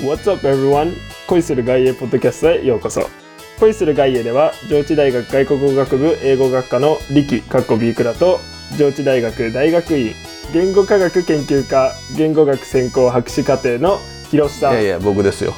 What's up everyone? 恋する外衛ポッドキャストへようこそ。恋する外衛では、上智大学外国語学部英語学科のリキ、カッコ B クラと、上智大学大学院、言語科学研究科、言語学専攻博士課程のヒロシさいや いん、や僕ですよ。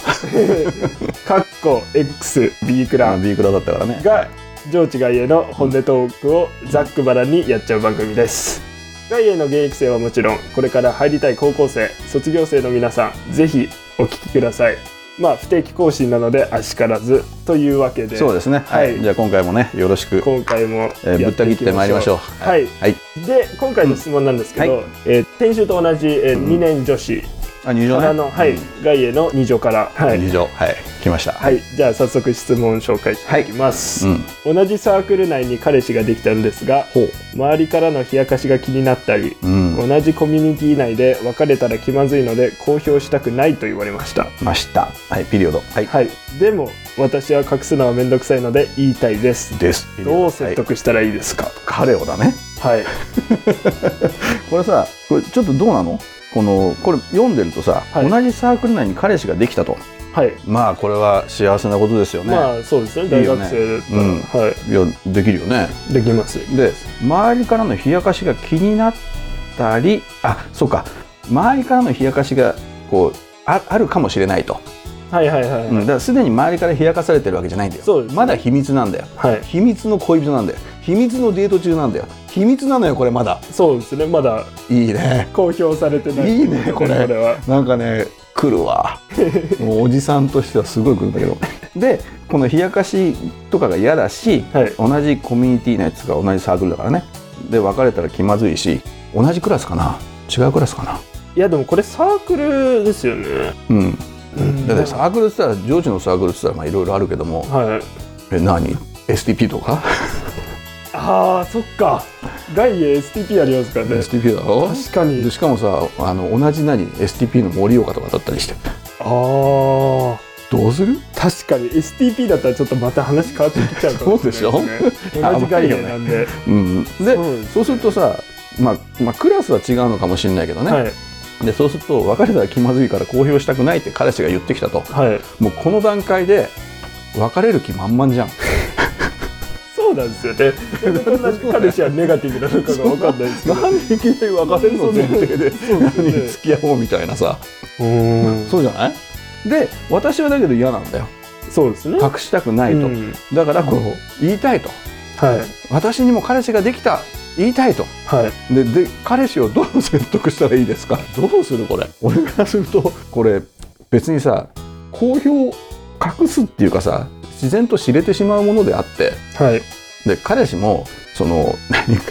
カッコ X、B クラあの B クラだったからね。が、上智外衛の本音トークをざっくばらんにやっちゃう番組です。外衛の現役生はもちろん、これから入りたい高校生、卒業生の皆さん、ぜひお聞きください。まあ、不定期更新なので、あしからずというわけで、そうですね。ははいい。じゃあ今回もねよろしく、今回もえーぶった切ってまいりましょう。はいはい。で、今回の質問なんですけど、うんえー先週と同じ、えーん2年女子あ入か場らね。の、はい、外衛の2乗から、はい、入場はい来ました。。はいい、じゃあ早速質問紹介していきます、うん。同じサークル内に彼氏ができたんですがほう。周りからの冷やかしが気になったり、うん。同じコミュニティ内で別れたら気まずいので公表したくないと言われましたました。はいピリオド。はい。はいでも私は隠すのは面倒くさいので言いたいですです。どう説はい得したらいいですか彼をだね。 はい、これさこれちょっとどうなの？このこれ読んでるとさ、はい同じサークル内に彼氏ができたと。はいまあこれは幸せなことですよね。まあそうですねいい大よ学ね生だったら、うんはいやできるよね。いできますで周りからの冷やかしが気になったりあそうか周りからの冷やかしがこうああるかもしれないと、はいはいはい、うん、だからすでに周りから冷やかされてるわけじゃないんだよそうですねまだ秘密なんだよはい秘密の恋人なんだよ秘密のデート中なんだよ秘密なのよこれまだそうですねまだいいね公表されてないいいねこれこれはなんかね来るわもうおじさんとしてはすごい来るんだけどでこの冷やかしとかが嫌だし、はい同じコミュニティ内つが同じサークルだからねで別れたら気まずいし同じクラスかな違うクラスかないやでもこれサークルですよねうん、うんだってサークルって言ったら上智のサークルって言ったらまあいろいろあるけどもはいえ何 STP とかあーそっか外へ STP ありますからね STP だろ確かにでしかもさあの同じ何 STP の盛岡とかだったりしてああどうする確かに STP だったらちょっとまた話変わってきちゃうかもしれないそうでしょ同じ概念なんでうんでそうですねそうするとさまあ、まあ、クラスは違うのかもしれないけどね、はいでそうすると別れたら気まずいから公表したくないって彼氏が言ってきたとはいもうこの段階で別れる気満々じゃんそうなんですよね同じ彼氏はネガティブなのかが分かんないですけど なんでいきなり別れるの前提で何付き合おうみたいなさうんそうじゃないで私はだけど嫌なんだよそうですね隠したくないと、うんだからこう言いたいとはい私にも彼氏ができた言いたいとはいでで彼氏をどう説得したらいいですかどうするこれ俺からするとこれ別にさ公表隠すっていうかさ自然と知れてしまうものであってはいで彼氏もその何か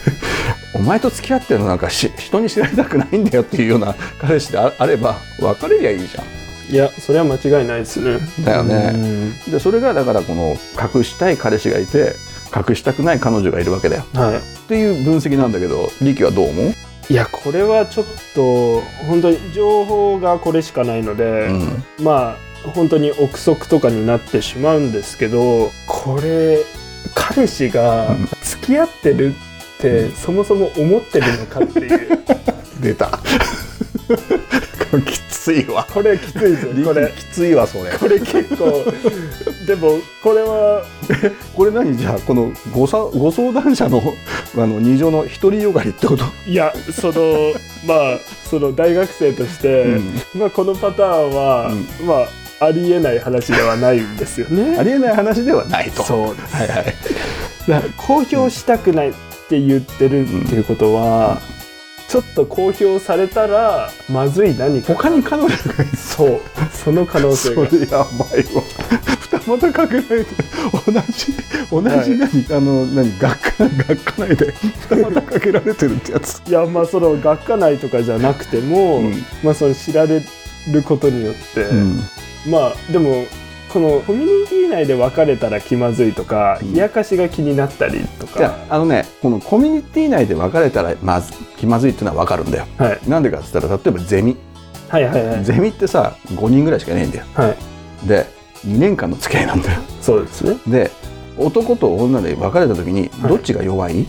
お前と付き合ってるのなんかし人に知られたくないんだよっていうような彼氏でああれば別れりゃいいじゃん。いやそれは間違いないですねだよねうんでそれがだからこの隠したい彼氏がいて隠したくない彼女がいるわけだよはいっていう分析なんだけどリキはどう思う、いやこれはちょっと本当に情報がこれしかないので、うんまあ本当に憶測とかになってしまうんですけどこれ彼氏がうん付き合ってるってそもそも思ってるのかっていう 出たきついわこれきついですよこれきついわそれこれ結構でもこれはこれ何じゃあこのごさご相談者の あの二乗の独りよがりってこと、いやそのまあその大学生として、まあこのパターンは、まあありえない話ではないんですよね。ありえない話ではないとそうですはいはだいから公表したくないって言ってるっていうことは、ちょっと公表されたらまずい何か他に彼女がいるそうその可能そ性がれやばいわ二股かけないで同じ同じ何、あの何学科学科内で二股かけられてるってやついやまあその学科内とかじゃなくても、うんまあその知られることによって、うんまあでもこのコミュニティ内で別れたら気まずいとかうん冷やかしが気になったりといやか、あのねこのコミュニティ内で別れたらまず気まずいっていうのは分かるんだよはい、なんでかっつったら例えばゼミはいはいはいゼミってさ5人ぐらいしかいないんだよはいで2年間の付き合いなんだよそうですねで男と女で別れた時にはいどっちが弱い、い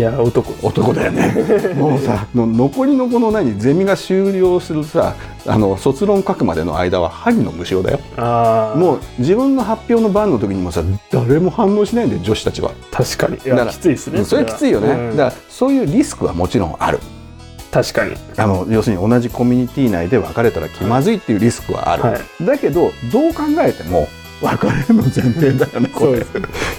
や男男だよねもうさの残りのこの何ゼミが終了するさあの卒論書くまでの間は針の無償だよああもう自分の発表の番の時にもさ誰も反応しないんで女子たちは確かにいだかやらきついですねそれはきついようね、んだからそういうリスクはもちろんある確かにあの要するに同じコミュニティ内で別れたら気まずいっていうリスクはある、はだけどどう考えても別れるの前提だよねこそうれで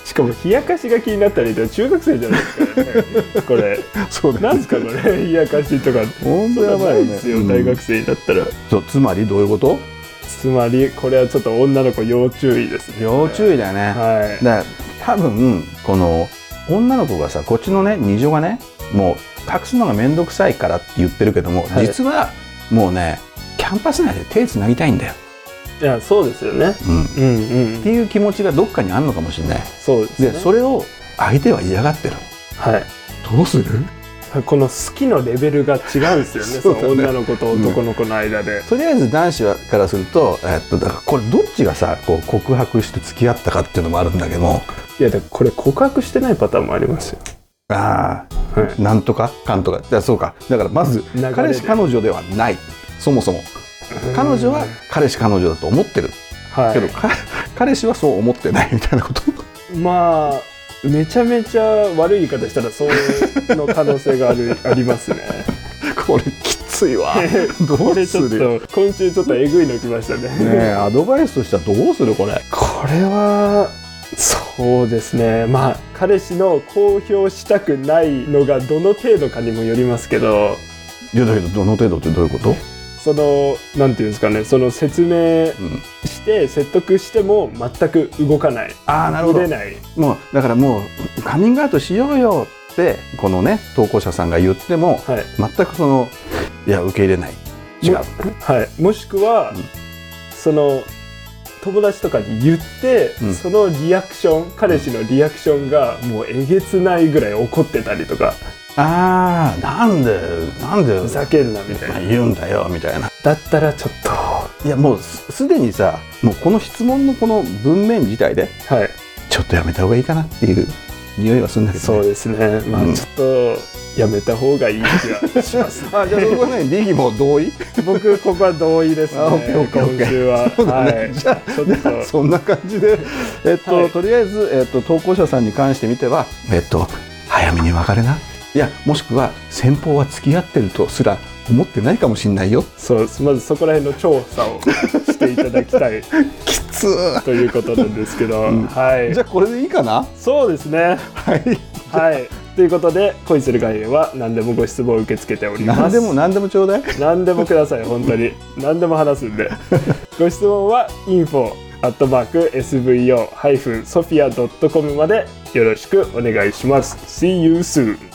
すしかも冷やかしが気になったりとか中学生じゃないですか、これそうなんですかこれ冷やかしとか本そ当んなやばいなよねですよ大学生になったら、そうつまりどういうことつまりこれはちょっと女の子要注意ですね要注意だよね、はいだから多分この女の子がさこっちのね二女がねもう隠すのが面倒くさいからって言ってるけども、はい実はもうねキャンパス内で手つなぎたいんだよ、いやそうですよねうん、っうんうてんいう気持ちがどっかにあるのかもしれないそうですねでそれを相手は嫌がってるはいどうするこの好きのレベルが違うんですよねそそうだねの女の子と男の子の間で、とりあえず男子はからすると,、えっとだからこれどっちがさこう告白して付き合ったかっていうのもあるんだけどもいやだからこれ告白してないパターンもありますよああ、はなんとかかんとかだからそうかだからまず流れで彼氏彼女ではないそもそも彼女は彼氏彼女だと思ってるはけど、か彼氏はそう思ってないみたいなこと いまあめちゃめちゃ悪い言い方したらそうの可能性があるありますねこれきついわど こうれすちょっると今週ちょっとえぐいのきましたねねえアドバイスとしてはどうするこれこれはそうですねまあ彼氏の公表したくないのがどの程度かにもよりますけどいやだけどどの程度ってどういうこと、そのなんていうんですかねその説明うん、して説得しても全く動かないああな売れないもうだからもうカミングアウトしようよってこのね投稿者さんが言ってもはい全くそのいや受け入れない違うもはい、もしくは、うんその友達とかに言って、うんそのリアクション彼氏のリアクションがもうえげつないぐらい怒ってたりとかああなんでなんでふざけんなみたいな、言うんだよみたいなだったらちょっといやもうすすでにさもうこの質問のこの文面自体ではいちょっとやめた方がいいかなっていう匂いはするんだけど、そね、うですねまあうんちょっとやめた方がいい気 がしますあじゃあそこはねリギも同意僕ここは同意ですねあオッケーオッケーオッケー今週は、そうだね、はい じゃあちょっとそんな感じで、えっとはいとりあえず、えっと、投稿者さんに関してみては、えっと、早めに別れないやもしくは先方は付き合ってるとすら思ってないかもしれないよそうですまずそこら辺の調査をしていただきたいきつーということなんですけど、うんはいじゃあこれでいいかなそうですねはいはい。ということで、恋する外縁は何でもご質問を受け付けております。何でも何でもちょうだい何でもください、本当に。何でも話すん で。ご質問は info SVO-sophia.com までよろしくお願いします。See you soon!